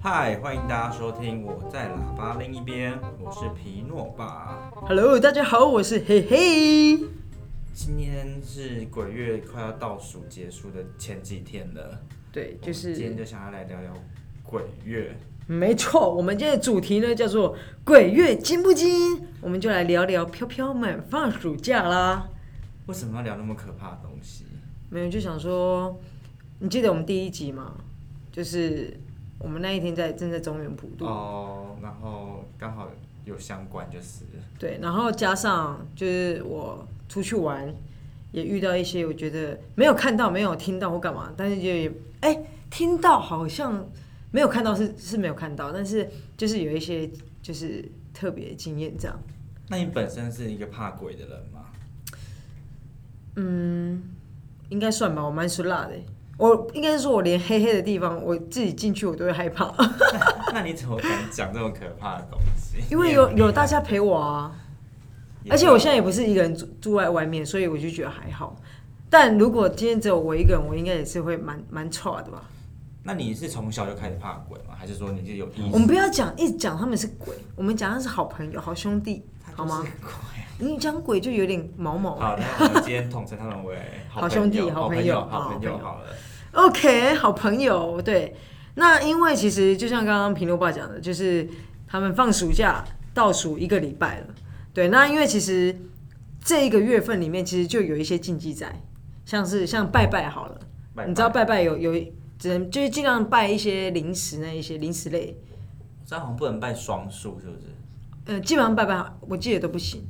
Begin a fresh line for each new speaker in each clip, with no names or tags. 嗨，欢迎大家收听《我在喇叭另一边》，我是皮诺爸。
Hello，大家好，我是嘿嘿。
今天是鬼月快要倒数结束的前几天了，
对，就
我们今天
是
就想要来聊聊鬼月。
没错，我们今天的主题呢叫做“鬼月惊不惊”，我们就来聊聊飘飘们放暑假啦。
为什么要聊那么可怕的东西？
没有就想说，你记得我们第一集吗？就是我们那一天在正在中原普渡，
哦，然后刚好有相关，就是
对，然后加上就是我出去玩，也遇到一些我觉得没有看到、没有听到或干嘛，但是就也哎、听到好像没有看到是是没有看到，但是就是有一些就是特别的经验这样。
那你本身是一个怕鬼的人 吗？
应该算吧，我蛮属辣的。我应该是说，我连黑黑的地方，我自己进去我都会害怕，
那你怎么敢讲这么可怕的东西？
因为有有大家陪我啊。而且我现在也不是一个人住住在外面，所以我就觉得还好。但如果今天只有我一个人，我应该也是会蛮蛮差的吧。
那你是从小就开始怕鬼吗？还是说你是有意
我
识
们？不要讲一直讲他们是鬼，我们讲他是好朋友、好兄弟，好吗？你讲鬼就有点毛毛。
好，那我们今天统称他们 为
好兄弟
好
好
朋
朋
友、
友
好朋友
好朋友
好了。
OK，好朋友，对。那因为其实就像刚刚平路爸讲的，就是他们放暑假倒数一个礼拜了，对。那因为其实这一个月份里面，其实就有一些禁忌在，像是像拜拜好了，
嗯拜拜
你知道拜拜有有只能就是尽量拜一些零食那一些零食类，
这样好像不能拜双数，是不是？
呃，基本上拜拜我记得都不行，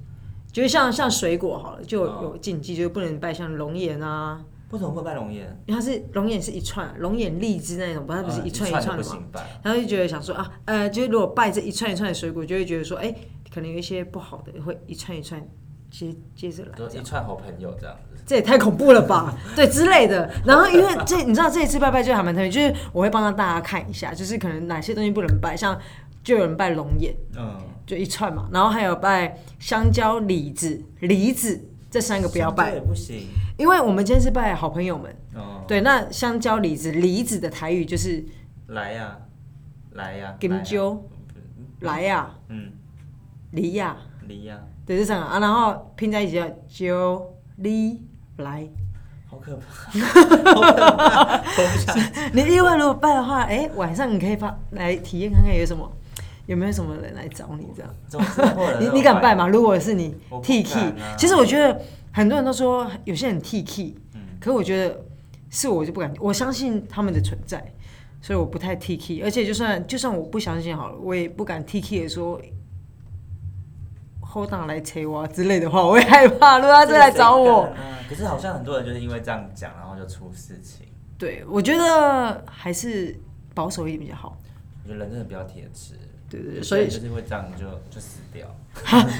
就是像像水果好了，
哦
就有有禁忌，就是不能拜像龙眼啊，
为什么会拜龙眼？
因为它是龙眼是一串，龙眼荔枝那种，不它不是
嗯
一串
一
串
不
的吗？
行拜。
然后就觉得想说啊，呃，就是如果拜这一串一串的水果，就会觉得说，哎、可能有一些不好的会一串一串接接着来，
就
这
一
样
串好朋友这样子，
这也太恐怖了吧，对之类的。然后因为这你知道这一次拜拜就还蛮特别，就是我会帮大家看一下，就是可能哪些东西不能拜，像就有人拜龙眼。
嗯，
就一串嘛，然后还有拜香蕉、李子、梨子这三个不要
对
拜，
不行，
因为我们今天是拜好朋友们。
哦，
对，那香蕉、李子、梨子的台语就是
来呀，来呀，来
金
呀，
蕉、来呀、
嗯，
梨呀、
离呀，
对，这三个啊，然后拼在一起叫蕉、梨、来。
好可怕，好可怕，我不想
你另外如果拜的话，哎，晚上你可以发来体验看看有什么，有没有什么人来找你这样。
总之会有人
你
来
你敢拜吗？如果是你
我不
T
敢
K，
啊
其实我觉得很多人都说有些人 T K，可我觉得是我就不敢，我相信他们的存在，所以我不太 T K，而且就算就算我不相信好了，我也不敢 T K 的说。后档来催我啊之类的话，我会害怕。如果他
拜
真来找我，
这个谁敢啊可是好像很多人就是因为这样讲，然后就出事情。
对我觉得还是保守一点比较好。
我觉得人真的比较铁齿，
对
有
对对，
些
所以
人就是会这样就就死掉。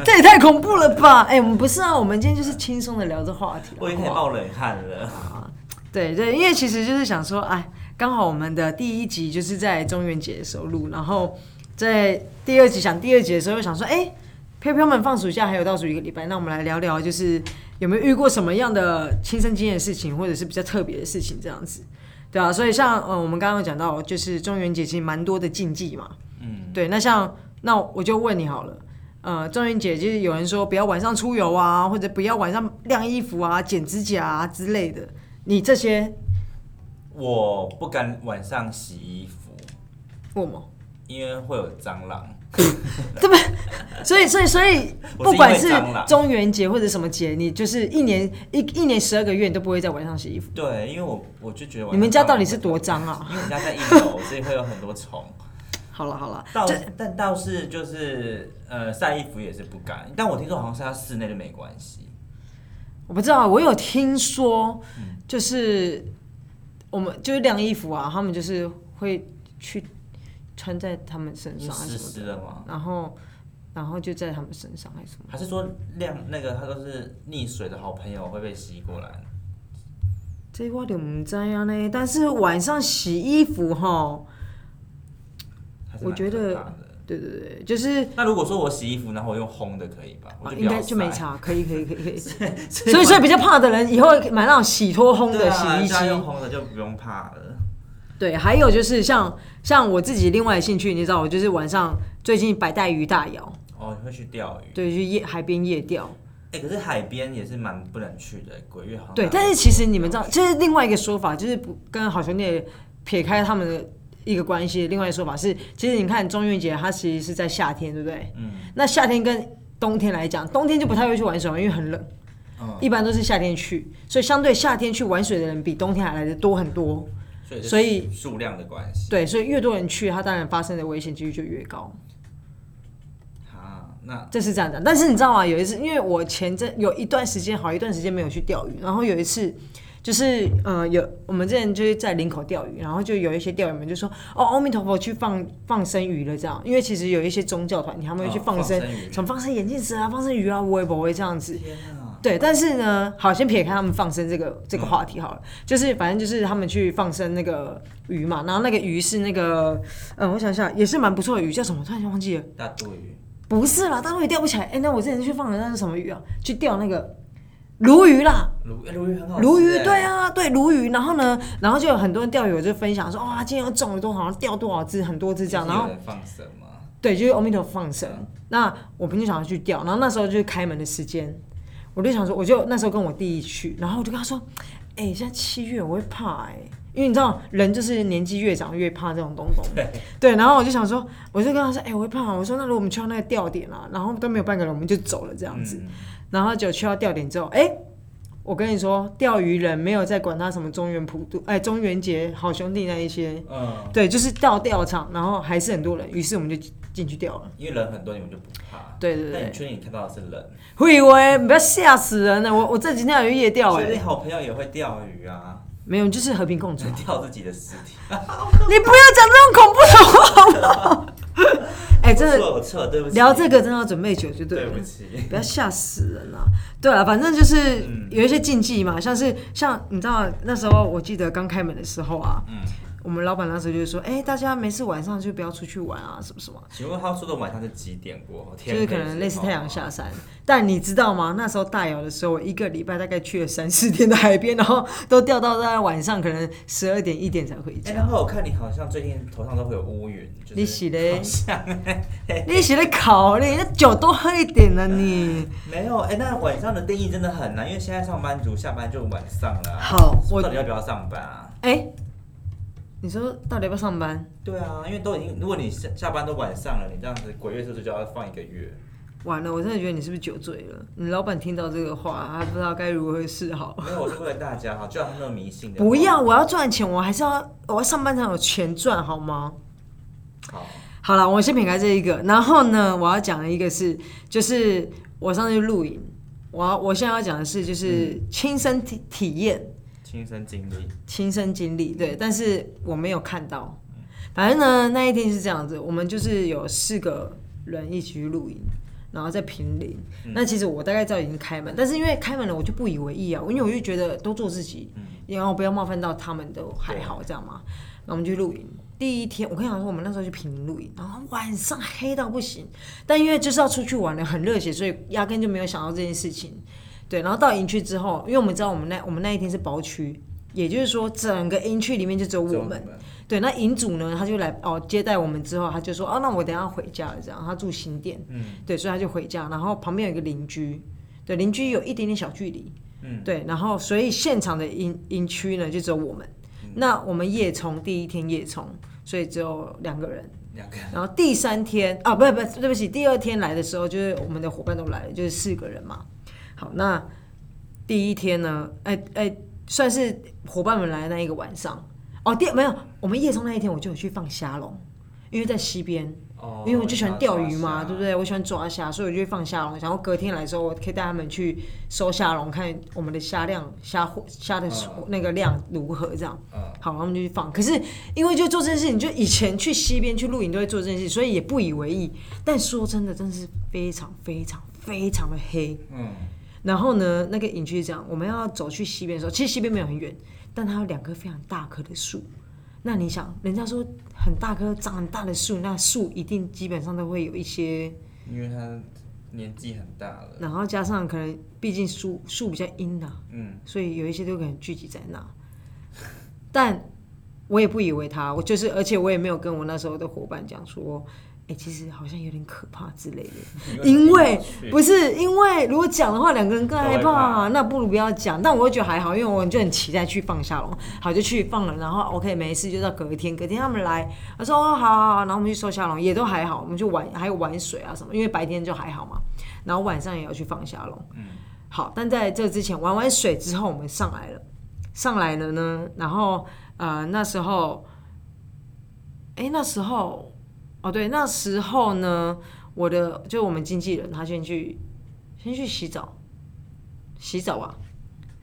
这也太恐怖了吧！哎、我们不是啊，我们今天就是轻松的聊这话题啦。
我已经
好
开始
不好
冒冷汗了。
对对，因为其实就是想说，哎，刚好我们的第一集就是在中元节的时候录，然后在第二集想第二集的时候又想说，哎，飘飘们放暑假还有倒数一个礼拜，那我们来聊聊，就是有没有遇过什么样的亲身经验的事情，或者是比较特别的事情这样子，对啊，所以像呃，我们刚刚有讲到，就是中元节其实蛮多的禁忌嘛，
嗯，
对，那像那我就问你好了。呃，中元节就是有人说不要晚上出游啊，或者不要晚上晾衣服啊、剪指甲啊之类的，你这些
我不敢晚上洗衣服，
我吗？
因为会有蟑螂。
所以，所以，所以，
我是
不管
因为
是
蟑螂
中元节或者什么节，你就是一年一一年十二个月，你都不会在晚上洗衣服。
对，因为我我就觉得晚上
你们家到底是多脏啊？
因为我们家在一楼，所以会有很多 虫。
好了好了，
倒但倒是就是呃晒衣服也是不敢，但我听说好像晒到室内就没关系。
我不知道，我有听说，
嗯
就是我们就是晾衣服啊，他们就是会去穿在他们身
因为
上还
湿
是什
湿
么
的吗
的，？然后然后就在他们身上还是什么。
还是说晾那个它都是溺水的好朋友会被吸过来？
这我就唔知啊呢，但是晚上洗衣服哈，
还是
我
蛮
觉
可
得
怕的
对对对，就是
那如果说我洗衣服，然后我用烘的可以吧？我
啊
就不
应
要
该就没
晒
差，可以可以可以可 以。
所
所以，所以比较怕的人，以后买那种洗脱烘
对
的
啊
洗衣
家用
机。
烘的就不用怕了。
对，还有就是像像我自己另外的兴趣，你知道，我就是晚上最近白带鱼大摇，
哦，你会去钓鱼？
对，去夜海边夜钓。
哎、可是海边也是蛮不能去的，鬼月好像
对，但是其实你们知道，这是另外一个说法，就是不跟好兄弟撇开他们的一个关系。另外一个说法是，其实你看中元节它其实是在夏天，对不对？嗯。那夏天跟冬天来讲，冬天就不太会去玩水嘛，因为很冷。
嗯
一般都是夏天去，所以相对夏天去玩水的人比冬天还来的多很多。
所以
所
所
以
以数量的关系
对，所以越多人去，它当然发生的危险几率就越高。
啊，那
这是这样讲，但是你知道吗？有一次，因为我前阵有一段时间，好一段时间没有去钓鱼，然后有一次。就是呃，有我们之前就是在林口钓鱼，然后就有一些钓友们就说，哦，阿弥陀佛去放放生鱼了这样，因为其实有一些宗教团体他们会去
哦
放
放
生
生鱼，
从、放生眼镜蛇啊、放生鱼啊、我也不会这样子。
天啊，
对，但是呢，好，先撇开他们放生这个这个话题好了，
嗯
就是反正就是他们去放生那个鱼嘛，然后那个鱼是那个，嗯，我想想，也是蛮不错的鱼，叫什么？突然间忘记了。
大肚鱼
不是啦，大陆鱼钓不起来。哎、那我之前去放的那是什么鱼啊？去钓那个鲈鱼啦，
鲈哎鲈鱼很好吃，
鲈鱼
哎
对，啊，对鲈鱼。然后呢，然后就有很多人钓鱼，我就分享说，哇，今天又中了多少，好像钓多少只，很多只这样。然
就是
后
有人放生吗？
对，就是阿弥陀佛放生
嗯。
那我们就想要去钓，然后那时候就是开门的时间，我就想说，我就那时候跟我弟去，然后我就跟他说，哎、现在七月我会怕哎、因为你知道人就是年纪越长越怕这种东东。
对
对，然后我就想说，我就跟他说，哎、我会怕，我说那如果我们去到那个钓点啊，然后都没有半个人，我们就走了这样子。
嗯
然后就去到钓点之后，哎、我跟你说，钓鱼人没有在管他什么中原普渡，哎、中元节好兄弟那一些，
嗯，
对，就是到钓场，然后还是很多人，于是我们就进去钓了。
因为人很多，你们就不怕。
对对
但
对
你，确定你看到的是人？
会喂，你不要吓死人了！我我这几天还有夜钓
所
哎、
以你好朋友也会钓鱼啊，
没有，就是和平共处。
钓自己的尸体。
你不要讲这种恐怖的话 好不好？哎、真
我
的
错我错，对不起。
聊这个真的要准备久就对
对
了
不。起。
不要吓死人啊！对啊，反正就是
嗯
有一些禁忌嘛，像是像你知道那时候，我记得刚开门的时候啊，
嗯，
我们老板那时候就说，哎、大家没事晚上就不要出去玩啊，什么什么，
请问他说的晚上是几点过后？
就
天
是
黑
可能
之
类似
后
太阳
吗
下山。但你知道吗？那时候大姚的时候，我一个礼拜大概去了三四天的海边，然后都钓到大概晚上可能十二点一点才回
哎、
家。
然后我看你好像最近头上都会有乌云，就是、
你洗嘞
好像哎
你写的考嘞，那酒都喝一点 了你。
没有哎、那晚上的定义真的很难，因为现在上班族下班就晚上了啊。
好我
到底要不要上班啊？
哎、你说到底要不要上班？
对啊，因为都已经，如果你下下班都晚上了，你这样子鬼月是不是就要放一个月？
完了，我真的觉得你是不是酒醉了？你老板听到这个话，他不知道该如何是好。
没有，我是为了大家好，就像他那种迷信的。
不要，，我要赚钱，我还是要我要上班才有钱赚，好吗？
好，
好了，我先撇开这一个，然后呢，我要讲的一个是，就是我上次去露营，我要我现在要讲的是，就是亲身体体验、
亲身经历。
亲身经历，对，但是我没有看到。反正呢，那一天是这样子，我们就是有四个人一起去露营，然后在平林。那其实我大概知道已经开门，但是因为开门了，我就不以为意啊，因为我就觉得都做自己，然后不要冒犯到他们都还好这样嘛。那我们去露营，第一天我跟你讲说，我们那时候去平林露营，然后晚上黑到不行，但因为就是要出去玩了，很热血，所以压根就没有想到这件事情。对，然后到营区之后，因为我们知道我们那我们那一天是包区，也就是说整个营区里面就只有
只有
我
你
们。
们
对，那营主呢，他就来哦接待我们之后，他就说哦，那我等一下回家了，这样他住新店，
嗯
对，所以他就回家，然后旁边有一个邻居，对，邻居有一点点小距离，
嗯，
对，然后所以现场的营营区呢就只有我们，
嗯
那我们夜冲第一天夜冲，所以只有两个人，
两个
然后第三天啊，不是不是，对不起，第二天来的时候就是我们的伙伴都来了，就是四个人嘛。好，那第一天呢，哎、哎、算是伙伴们来的那一个晚上。哦，第没有，我们夜冲那一天我就有去放虾笼，因为在西边，
哦，
因为我就喜欢钓鱼嘛，对不
对？
对？我喜欢抓虾，所以我就会放虾笼。然后隔天来的时候，我可以带他们去收虾笼，看我们的虾量、虾货、虾的
嗯
那个量如何这样。
嗯，
好，他们就去放。可是因为就做这件事情，就以前去西边去露营都会做这件事，所以也不以为意。但说真的，真的是非常非常非常的黑。
嗯，
然后呢，那个营区是这样，我们要走去西边的时候，其实西边没有很远，但它有两棵非常大棵的树。那你想，人家说很大棵长很大的树，那树一定基本上都会有一些，
因为他年纪很大了，
然后加上可能毕竟树树比较阴呐、
嗯，
所以有一些都可能聚集在那。但我也不以为他，我就是，而且我也没有跟我那时候的伙伴讲说，哎、其实好像有点可怕之类的，因为不是因为如果讲的话，两个人更害
都害
怕，
怕
那不如不要讲。但我会觉得还好，因为我就很期待去放下龙，好就去放了，然后 OK 没事，就到隔天，隔天他们来，他说哦好好好，然后我们去收下龙，也都还好，我们就玩还有玩水啊什么，因为白天就还好嘛，然后晚上也要去放下龙。好，但在这之前玩完水之后，我们上来了，上来了呢，然后呃那时候，哎、那时候哦对，那时候呢，我的就我们经纪人他先去先去洗澡，洗澡啊，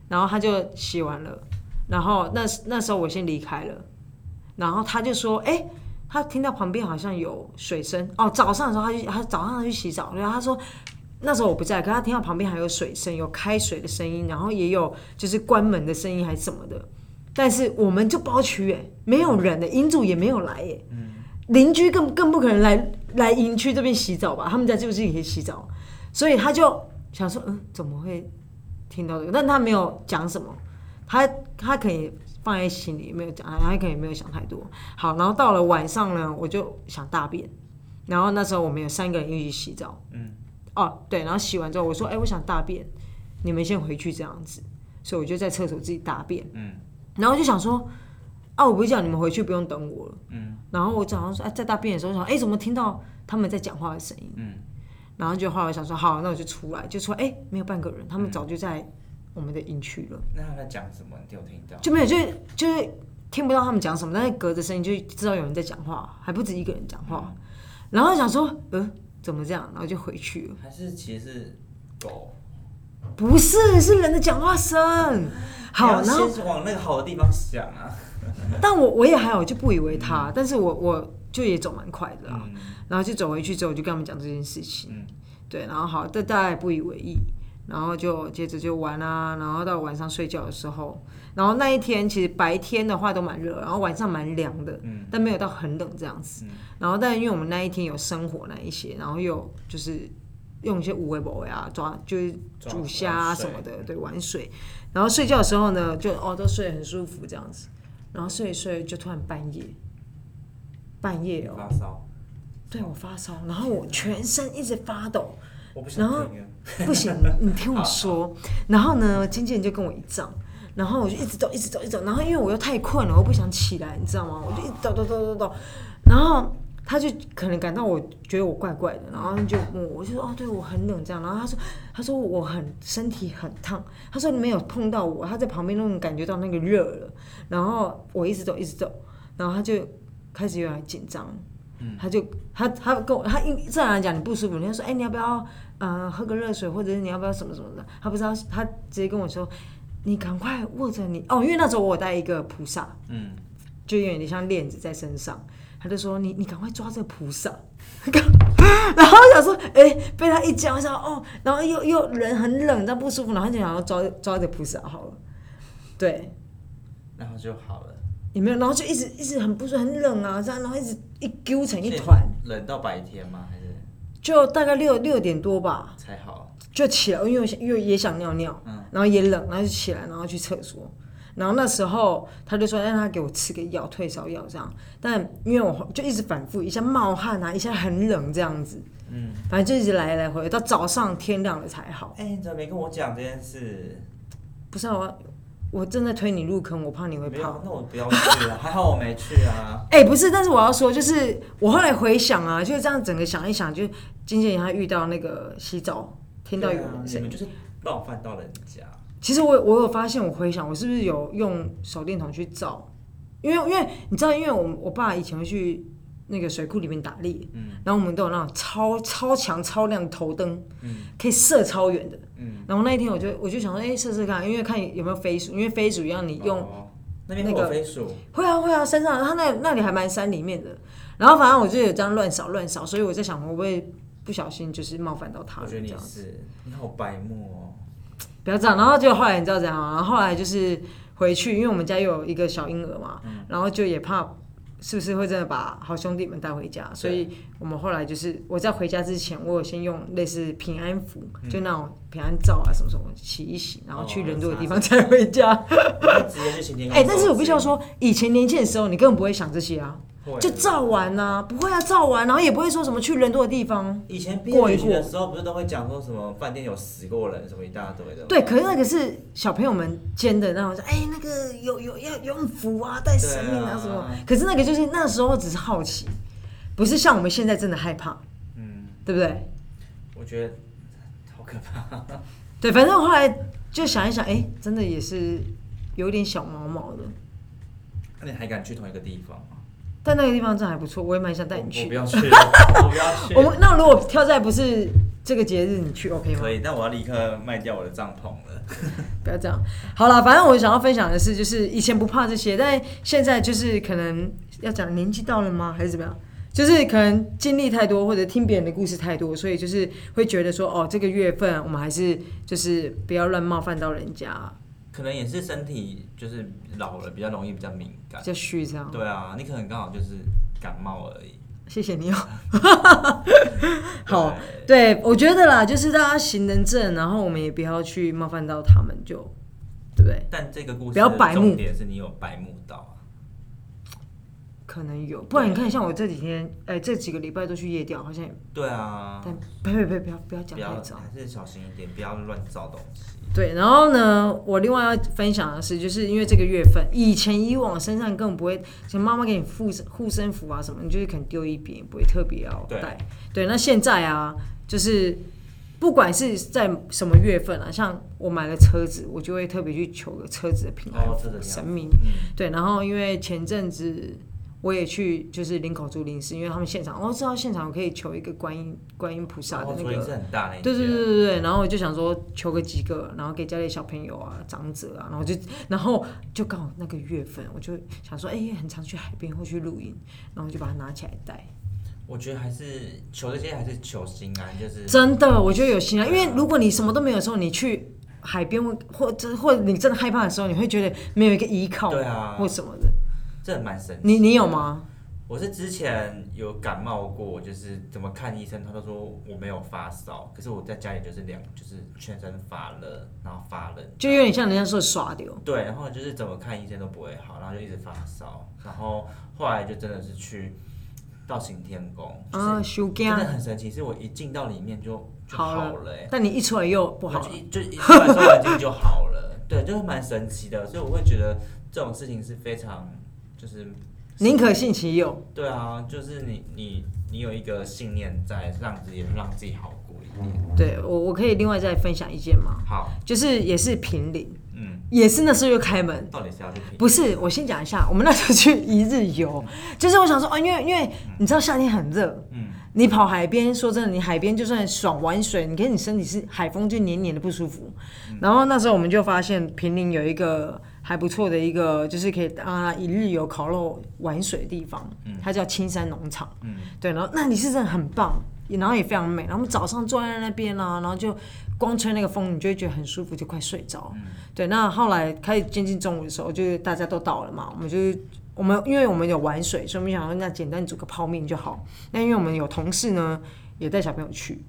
然后他就洗完了，然后那那时候我先离开了，然后他就说，哎、他听到旁边好像有水声哦，早上的时候他去，他早上他去洗澡，然后他说那时候我不在，可他听到旁边还有水声，有开水的声音，然后也有就是关门的声音还是什么的。但是我们就包区哎，没有人的，营主也没有来耶，邻居更更不可能来来营区这边洗澡吧？他们在这个自己可以洗澡，所以他就想说，嗯，怎么会听到这个？但他没有讲什么，他他可以放在心里，没有讲，他可能也没有想太多。好，然后到了晚上呢，我就想大便，然后那时候我们有三个人一起洗澡，哦，对，然后洗完之后，我说，哎、我想大便，你们先回去这样子，所以我就在厕所自己大便，嗯，然后就想说，啊，我不是叫你们回去不用等我了，嗯，然后我早上说，哎、在大便的时候我想，哎、怎么听到他们在讲话的声音，嗯，然后就后来我想说，好，那我就出来，就说，哎、没有半个人，他们早就在我们的营区了，
那他在讲什么？你有听到？
就没有，就是就是听不到他们讲什么，但是隔着声音就知道有人在讲话，还不止一个人讲话，然后想说，呃，怎么这样，然后就回去了。
还是其实是狗？
不是，是人的讲话声。好，
你
然后
要先往那个好的地方想啊。
但我我也还好，就不以为他，但是我我就也走蛮快的啦，
嗯
然后就走回去之后，我就跟他们讲这件事情，
嗯
对，然后好，但大家也不以为意，然后就接着就玩啊，然后到晚上睡觉的时候，然后那一天其实白天的话都蛮热，然后晚上蛮凉的，
嗯
但没有到很冷这样子，然后但因为我们那一天有生火那一些，然后又有就是用一些五味博呀啊抓就是
抓
煮虾啊
玩
什
水
么的，对，玩水，然后睡觉的时候呢，就哦都睡得很舒服这样子，然后睡一睡就突然半夜，半夜哦，
发烧，
对我发烧，然后我全身一直发抖，
我不
然后
想听了。啊
不行，你听我说。然后呢，经纪人就跟我一仗，然后我就一直抖，一直抖，一直抖。然后因为我又太困了，我不想起来，你知道吗？我就一直抖抖抖抖抖。然后他就可能感到我觉得我怪怪的，然后就问我，我就说哦，对我很冷这样。然后他说，他说我很身体很烫，他说你没有碰到我，他在旁边都能感觉到那个热了。然后我一直抖，一直抖，然后他就开始有点紧张。他就他他跟我他一自然来讲你不舒服，人家说哎、你要不要呃喝个热水，或者是你要不要什么什么的，他不知道他直接跟我说你赶快握着你哦，因为那时候我有带一个菩萨，
嗯，
就有点像链子在身上，他就说你你赶快抓这个菩萨， 然后我想说哎、被他一讲我想哦，然后又又人很冷，但不舒服，然后就想要抓抓着菩萨好了，对，
然后就好了。
也没有，然后就一直一直很不舒服很冷啊这样，然后一直一揪成一团。
冷到白天吗？还是
就大概六六点多吧，
才好？
就起来，因为我想因为也想尿尿，
嗯
然后也冷，然后就起来，然后去厕所。然后那时候他就说让哎他给我吃个药，退烧药这样。但因为我就一直反复，一下冒汗啊，一下很冷这样子，
嗯，
反正就一直来来回回，到早上天亮了才好。
哎、你怎么没跟我讲这件事？
不是、啊、我，我正在推你入坑，我怕你会
没
怕
有。，那我不要去了。还好我没去啊。
哎、不是，但是我要说，就是我后来回想啊，就是这样整个想一想，就经纪人他遇到那个洗澡，听到有
对啊
人
你
声
们
音。
就是冒犯到人家。
其实我有我有发现，我回想我是不是有用手电筒去照，因为因为你知道，因为我我爸以前会去那个水库里面打猎，
嗯
然后我们都有那种超超强超亮的头灯，
嗯
可以射超远的，然后那一天我就我就想说，哎、试试看，因为看有没有飞鼠，因为飞鼠要你用
哦那边会
那
有
个
飞鼠，
会啊会啊，山上它那那里还蛮山里面的，然后反正我就有这样乱扫乱扫，所以我在想会不会不小心就是冒犯到它
我
了，这
觉得
样
你
子。
是，你好白目哦。
不要这样。然后就后来你知道怎样吗？然后后来就是回去，因为我们家又有一个小婴儿嘛，然后就也怕是不是会真的把好兄弟们带回家？所以我们后来就是我在回家之前，我有先用类似平安符，就那种平安罩啊什么什么洗一洗，然后去人多的地 方才回家。
直接就晴天。
哎、但是我必须要，说，以前年轻的时候，你根本不会想这些啊，
会
就照玩呐、啊，不会啊，照玩，然后也不会说什么去人多的地方。
以前毕
过
业
一
旅行
过
的时候，不是都会讲说什么饭店有死过人，什么一大堆的。
对，可是那个是小朋友们间的那种，说哎、那个有有要用符啊，带神明啊
对啊
什么。可是那个就是那时候只是好奇，不是像我们现在真的害怕，
嗯，
对不对？
我觉得好可怕。
对，反正我后来就想一想，哎、真的也是有点小毛毛的，
那你还敢去同一个地方吗？
但那个地方真的还不错，我也蛮想带你
我
去
不。要去， 我不要去。
我们那如果挑在不是这个节日，你去 OK 吗
可？以，但我要立刻卖掉我的帐篷了。
不要这样。好了，反正我想要分享的是，就是以前不怕这些，但现在就是可能要讲年纪到了吗，还是怎么样？就是可能经历太多，或者听别人的故事太多，所以就是会觉得说，哦，这个月份我们还是就是不要乱冒犯到人家，
可能也是身体就是老了，比较容易比较敏
比
感。
较虚这样。
对啊，你可能刚好就是感冒而已。
谢谢你哦。好
对，
对我觉得啦，就是大家行人正，然后我们也不要去冒犯到他们就，对不对？
但这个故事
不要白
的
目
重点是你有白目到啊。
可能有，不然你看，像我这几天，哎、这几个礼拜都去夜店，好像也
对啊，
但呸呸呸，不要不要讲
不
太
要
早。
还是小心一点，不要乱造东西。
对，然后呢，我另外要分享的是，就是因为这个月份，以前以往身上根本不会，像妈妈给你护身护身符啊什么，你就是可能丢一边，也不会特别要带。对，那现在啊，就是不管是在什么月份啊，像我买了车子，我就会特别去求个车子的平安
哦
符
这个了解
哎神明。
嗯，
对，然后因为前阵子我也去就是林口竹林寺，因为他们现场，我、哦、知道现场可以求一个观音观音菩萨的
哦
那
所以
个
是很大的，
对对对对对，然后我就想说求个几个，然后给家里小朋友啊、长者啊，然后就然后就刚好那个月份，我就想说，哎、很常去海边或去露营，然后就把它拿起来戴。
我觉得还是求这些还是求心安，就是
真的，我觉得有心啊，因为如果你什么都没有的时候，你去海边或或者或者你真的害怕的时候，你会觉得没有一个依靠，
对啊
或什么的。
这蛮神奇。
你你有？吗？
我是之前有感冒过，就是怎么看医生，他都说我没有发烧，可是我在家里就是两就是全身发热，然后发冷，
就有点像人家说的耍流。
对，然后就是怎么看医生都不会好，然后就一直发烧，然后后来就真的是去到行天宫，就是
啊，修
真的
干
很神奇，是我一进到里面就就
好
好
了
了、欸，
但你一出来又不好
我
了
就。一就一出来收完经就好了，对，就是蛮神奇的，所以我会觉得这种事情是非常就是
宁可信其有。
对啊，就是你你你有一个信念在，让自己让自己好过一点。
对我，我可以另外再分享一件吗？
好，
就是也是平林，
嗯，
也是那时候就开门。
到底是要去评？
不是，我先讲一下，我们那时候去一日游，就是我想说啊，因为因为你知道夏天很热，
嗯，
你跑海边，说真的，你海边就算爽玩水，你跟你身体是海风就黏黏的不舒服。
嗯
然后那时候我们就发现平林有一个还不错的一个，就是可以啊一日游烤肉玩水的地方，它叫青山农场。
嗯
对，然后那里是真的很棒，也然后也非常美。然后我们早上坐在那边啊，然后就光吹那个风，你就会觉得很舒服，就快睡着。对，那后来开始接近中午的时候，就是大家都到了嘛，我们就是我们因为我们有玩水，所以我们想说那简单煮个泡面就好。那因为我们有同事呢也带小朋友去，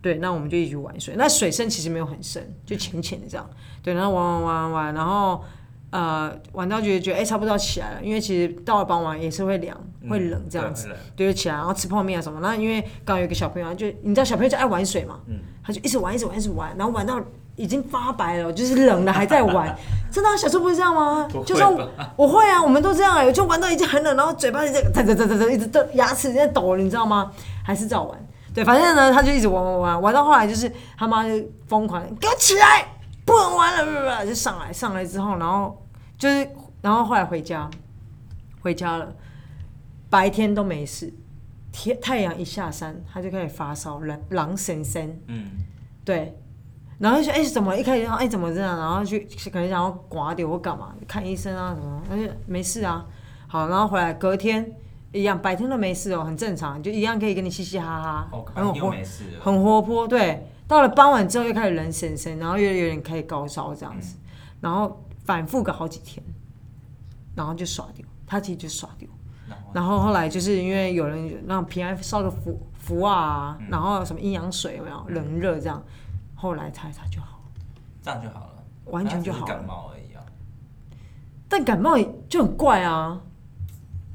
对，那我们就一起去玩水。那水深其实没有很深，就浅浅的这样。对，然后玩玩玩玩玩，然后呃玩到觉得觉得哎、差不多要起来了，因为其实到了傍晚也是会凉会冷这样子。
子。会冷
对就起来，然后吃泡面啊什么。然后因为刚好有一个小朋友，他啊就你知道小朋友就爱玩水嘛，他就一直玩，一直玩，一直玩，然后玩到已经发白了，就是冷了还在玩。真的啊、小时候不是这样吗
不？会
就算我会啊，我们都这样哎、我就玩到已经很冷，然后嘴巴一直在在在在在一直抖，牙齿在抖了，你知道吗？还是照玩。对，反正呢，他就一直玩玩玩，玩到后来就是他妈就疯狂，给我起来，不能玩了，不不不，就上来上来之后，然后就是，然后后来回家，回家了，白天都没事，天太阳一下山，他就开始发烧，狼狼神神，
嗯，
对，然后就说哎、怎么一开始想哎、怎么这样，然后去可能想要刮掉或干嘛，看医生啊什么，他就没事啊，好，然后回来隔天一样，白天都没事哦，很正常，就一样可以跟你嘻嘻哈哈，
好可
很
能
有
又
活
没事了。
很活泼，对，到了傍晚之后又开始人神神，然后又有点开始高烧这样子，
嗯
然后反复个好几天，然后就耍掉，他其实就耍掉。
然
然后后来就是因为有人让平安烧个符符啊，
嗯
然后什么阴阳水有没有冷热这样，后来擦一擦就好了。
这样就好了，
完全就好了
那只是感冒而已啊，
但感冒就很怪啊，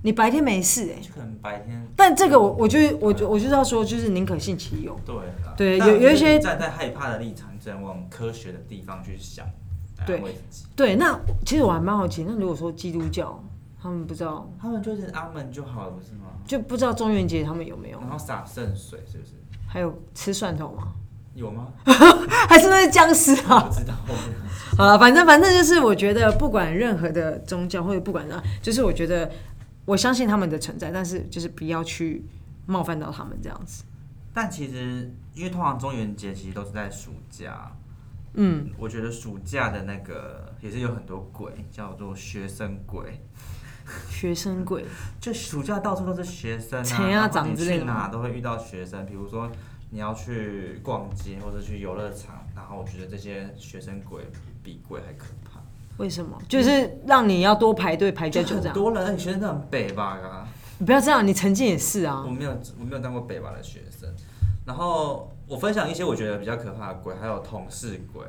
你白天没事哎、
就可能白天
但这个我我就我就我就是要说，就是宁可信其有。
对啦
对
但
有有一
就是
些
站在害怕的立场，只能往科学的地方去想，来
对
安慰自己。
对，那其实我还蛮好奇，那如果说基督教他们不知道，
他们就是阿门就好了，不是吗？
就不知道中元节他们有没有，
然后洒圣水是不是？
还有吃蒜头吗？
有吗？
还是那是僵尸啊？
我不知道， 我不知道
好了，反正反正就是，我觉得不管任何的宗教或者不管啊，就是我觉得我相信他们的存在，但是就是不要去冒犯到他们这样子。
但其实，因为通常中元节其实都是在暑假，
嗯，
我觉得暑假的那个也是有很多鬼，叫做学生鬼，
学生鬼，
就暑假到处都是学 生啊，
陈
然
亚
后
长
你
之类的
去
吗
哪都会遇到学生，比如说。你要去逛街或者去游乐场，然后我觉得这些学生鬼比鬼还可怕。
为什么？就是让你要多排队排
就
久久这
很
样。
多人，而且学生都很北吧、啊，
你不要这样，你曾经也是啊
我。没有我没有当过北吧的学生。然后我分享一些我觉得比较可怕的鬼，还有同事鬼，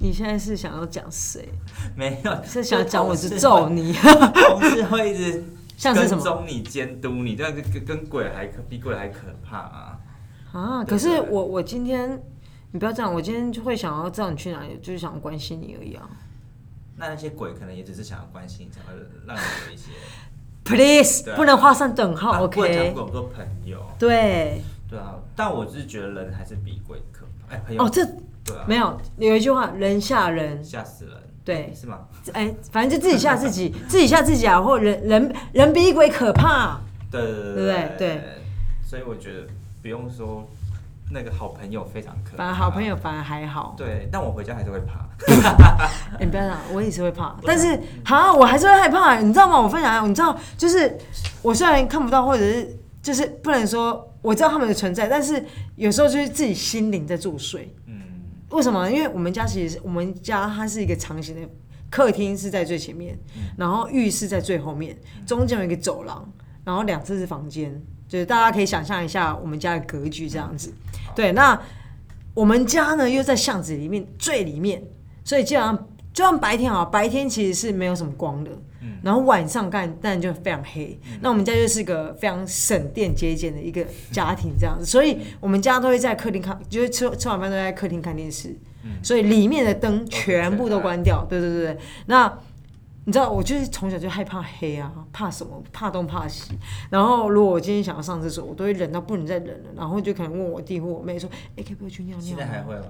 你现在是想要讲谁？
没有
是想讲我是
就
揍 你？
同事会一直
像是什
跟
么
踪你、监督你，这样跟跟跟鬼还可比鬼还可怕啊！
啊？
对
可是
对
我我今天，你不要这样，我今天就会想要知道你去哪里，就是想关心你而已啊。
那那些鬼可能也只是想要关心你，才会让你有 一些
Please，
对啊
不能画上等号
不能讲
哦，OK？
鬼我们做朋友，
对。
对啊。但我是觉得人还是比鬼可怕，哎、朋友，
哦，这
对啊，
没有有一句话，人吓人，
吓死人，
对，
是吗？
哎，反正就自己吓自己，自己吓自己啊，或人人人比鬼可怕。
对对对
对
对
对
所以我觉得不用说那个好朋友非常可怕，
反而好朋友反而还好，
对，但我回家还是会怕。
哎你不要讲，我也是会怕，但是好，我还是会害怕，你知道吗？我分享一下，你知道，就是我虽然看不到，或者是就是不能说我知道他们的存在，但是有时候就是自己心灵在作祟。
嗯，
为什么？因为我们家其实是我们家它是一个长形的，客厅是在最前面，然后浴室在最后面，中间有一个走廊，然后两侧是房间，就是大家可以想象一下我们家的格局这样子。对，那我们家呢又在巷子里面最里面，所以基本上就算白天啊，白天其实是没有什么光的。然后晚上干，当然就非常黑。那我们家就是个非常省电节俭的一个家庭，这样子，所以我们家都会在客厅看，就是吃吃完饭都在客厅看电视，所以里面的灯全嗯部都关掉。对对对对，那你知道我就是从小就害怕黑啊，怕什么？怕东怕西。然后如果我今天想要上厕所，我都会忍到不能再忍了，然后就可能问我弟或我妹说：“哎、可不可以去尿尿
现
啊？”
在还会吗？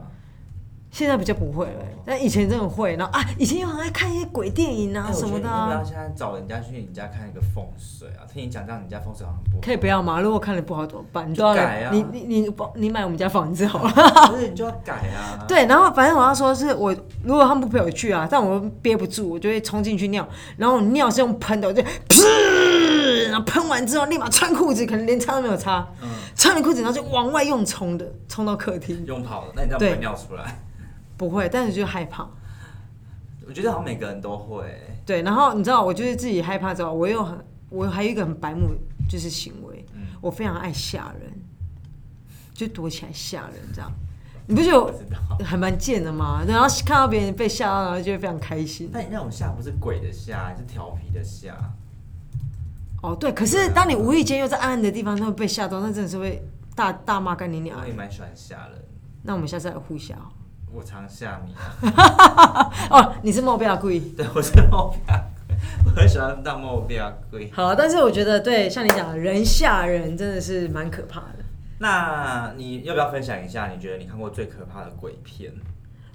现在比较不会了、但以前真的会。然后啊，以前又很爱看一些鬼电影啊
哎我觉
什么
得
的、
你要不
啊
要，现在找人家去你家看一个风水啊？听你讲这样，你家风水好像 不
可以不要吗？如果看的不好怎么办？你
就
都要
改
来、
啊
你你你你你买我们家房子好了。
好，不是你就要改啊。
对，然后反正我要说是我，如果他们不陪我去啊，但我憋不住，我就会冲进去尿，然后我尿是用喷的，我就 噗，然后喷完之后立马穿裤子，可能连擦都没有擦，
嗯
穿了裤子然后就往外用冲的，冲到客厅。
用跑的，那你这样不
对
会尿出来？
不会，但是就害怕。
我觉得好像每个人都会。
对，然后你知道，我就是自己害怕之后，我又很，我还有一个很白目，就是行为，我非常爱吓人，就躲起来吓人这样。你不觉得
我
我
知道。
还蛮贱的吗？然后看到别人被吓到，然后就会非常开心。
但你那种吓不是鬼的吓，是调皮的吓。
哦，对，可是当你无意间又在暗暗的地方，那会被吓到，那真的是会大大骂干你娘欸
我。也蛮喜欢吓人，
那我们下次来互吓哦
我常吓你啊。
哦，你是目标故意。
对，我是猫比较贵， 我很喜欢当猫啊比较贵。
好，但是我觉得对，像你讲的，人吓人真的是蛮可怕的。
那你要不要分享一下？你觉得你看过最可怕的鬼片？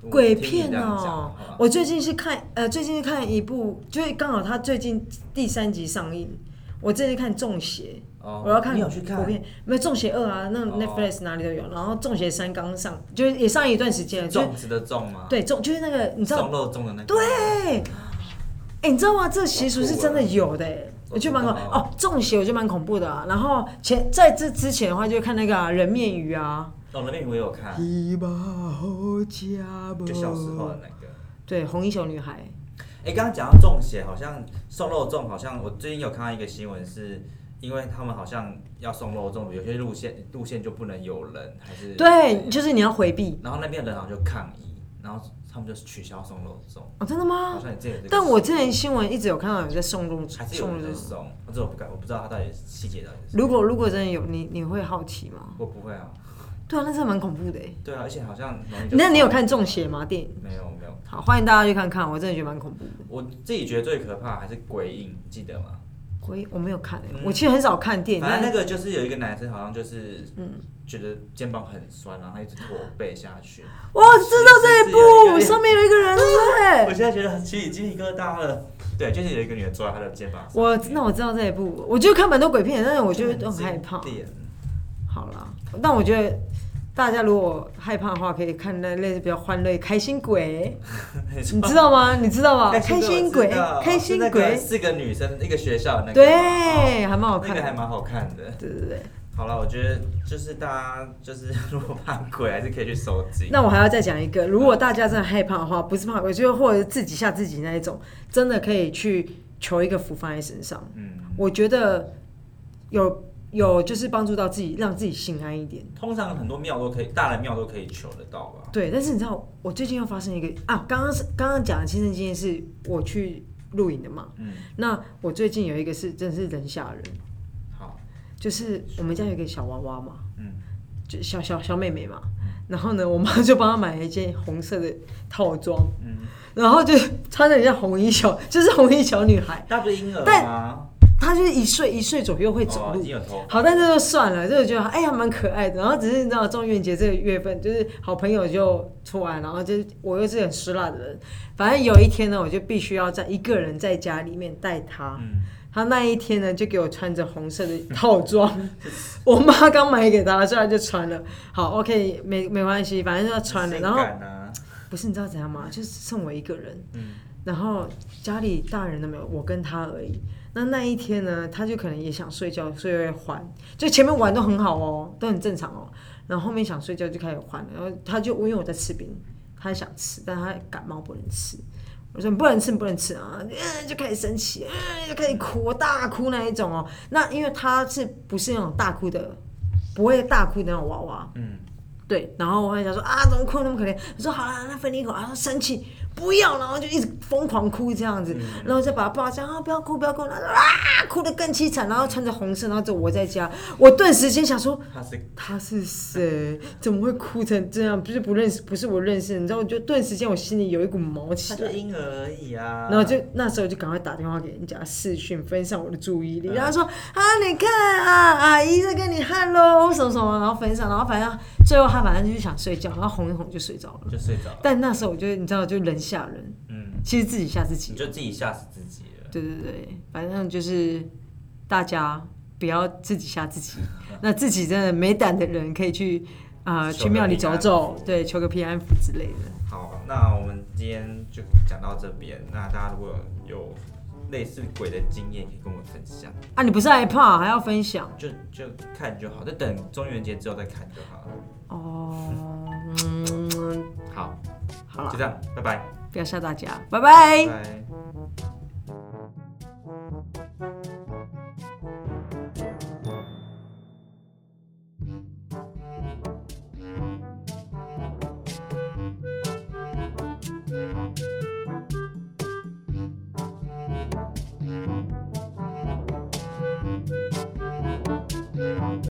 鬼片
哦
哦、、我最近是看呃，最近是看一部，就是刚好他最近第三集上映，我最近看《中邪》
哦
我要看
你有去看哦
国片，没有《中邪二》啊，那 Netflix 哪里都有，然后《中邪三》刚上，就是也上一段时间了，就是
粽子的粽吗？，
对中就是那个你知道
粽肉粽的那个。
对，哎、你知道吗？这习俗是真的有的、哎我觉得蛮恐
我知道
哦，中邪我觉得蛮恐怖的啊。然后前在这之前的话，就会看那个、啊、人面鱼啊，
哦，那边我也有看，就小时候的那个。
对红衣小女孩，
哎、刚刚讲到中邪，好像瘦肉粽，好像我最近有看到一个新闻是，因为他们好像要送肉粽，有些路线路线就不能有人，还是
对，就是你要回避
然后那边的人好像就抗议，然后他们就取消送肉粽。
哦，真的
好
吗？
像你这个，
但我之前新闻一直有看到有在送入
还是有
送
人在
入，
送，我这我不敢，我不知道他到底细节到底是什么。
如果如果真的有你，你会好奇吗？
我不会啊，
对啊，那真的蛮恐怖的欸
对啊，而且好像容易就
那你有看《中邪》吗？电影？
没有没有，
好，欢迎大家去看看，我真的觉得蛮恐怖的。
我自己觉得最可怕还是鬼影，你记得吗？
鬼我没有看欸、
嗯
我其实很少看电影，
反
但
正那个就是有一个男生好像就是
嗯
觉得肩膀很酸，然后他一直驼背下去。
我知道啊这一部，
其实是有一个
上面有一个人，对不
我
对？
现在觉得很起鸡皮疙瘩了。对，就是有一个女的坐在他的肩膀上面，
我那我知道这一部，我就看蛮多鬼片，但是我
我
觉得都很害怕。
点
好啦，但我觉得大家如果害怕的话，可以看那类似比较欢乐、开心鬼， 你知道吗？你知哦道吗？开心鬼，开心鬼，
四个女生一个学校的那个，
对，还蛮好
哦，那
看
个还
的。
蛮好看的。
对对对，
好了，我觉得就是大家就是如果怕鬼，还是可以去收集。
那我还要再讲一个，如果大家真的害怕的话，不是怕鬼，就是或者自己吓自己那一种，真的可以去求一个符放在身上。
嗯，
我觉得有有就是帮助到自己，让自己心安一点。
通常很多庙都可以，大人庙都可以求得到吧？
对，但是你知道，我最近又发生一个啊，刚刚是刚刚讲的亲身经验是我去露营的嘛。
嗯，
那我最近有一个是真的是人吓人，
好，
就是我们家有一个小娃娃嘛，
嗯，
就小小小妹妹嘛。然后呢，我妈就帮她买了一件红色的套装，
嗯，
然后就穿的很像红衣小，就是红衣小女孩，
那不是婴儿
但
吗？
她就是一岁一岁左右会走
哦
路
已，经有头发。
好，但这就算了，就觉得哎呀蛮可爱的。然后只是你知道中元节这个月份，就是好朋友就出来，然后就是我又是很湿辣的人，反正有一天呢，我就必须要在一个人在家里面带他。
嗯，
他那一天呢，就给我穿着红色的套装， 我妈刚买给他，所以他就穿了。好，OK，没没关系，反正就要 穿了。
性
然后
感啊
不是你知道怎样吗？就是剩我一个人，
嗯
然后家里大人都没有，我跟他而已。那那一天呢，他就可能也想睡觉，所以会还。就前面玩都很好哦，都很正常哦。然后后面想睡觉就开始还了，然后他就因为我在吃冰，他想吃，但他感冒不能吃。我说你不能吃，你不能吃啊！嗯，就开始生气，嗯，就开始哭，大哭那一种哦。那因为他是不是那种大哭的，不会大哭的那种娃娃，
嗯，
对，然后我还想说啊，怎么哭那么可怜？我说好啦，那分你一口啊，他生气不要，然后就一直疯狂哭这样子，然后再把他抱这样啊，不要哭不要哭，然后啊哭得更凄惨，然后穿着红色，然后就我在家，我顿时间想说
他是
他是谁？怎么会哭成这样？不是不认识，不是我认识的，你知道，我就顿时间我心里有一股毛起
他
来
就。婴儿而已啊。
然后就那时候就赶快打电话给人家视讯，分散我的注意力。
嗯
然后说啊，你看啊，阿姨在跟你 hello 什么什么，然后分享，然后反正最后他反正就是想睡觉，然后哄一哄就睡着了。
就睡着了。
但那时候我觉得你知道，就人吓人，
嗯，
其实自己吓自己
你。就自己吓死自己了。
对对对，反正就是大家不要自己吓 自己。那自己真的没胆的人可以去啊、
求个
去庙里
平
走
安
走
符，
对，求个平安符之类的。
好，那我们今天就讲到这边。那大家如果有类似鬼的经验，可以跟我分享，
啊，你不是害怕还要分享？
就就看就好，就等中元节之后再看就好了。
哦，嗯，
好，
好了
就，这样，拜拜，
不要吓大家，拜拜
拜。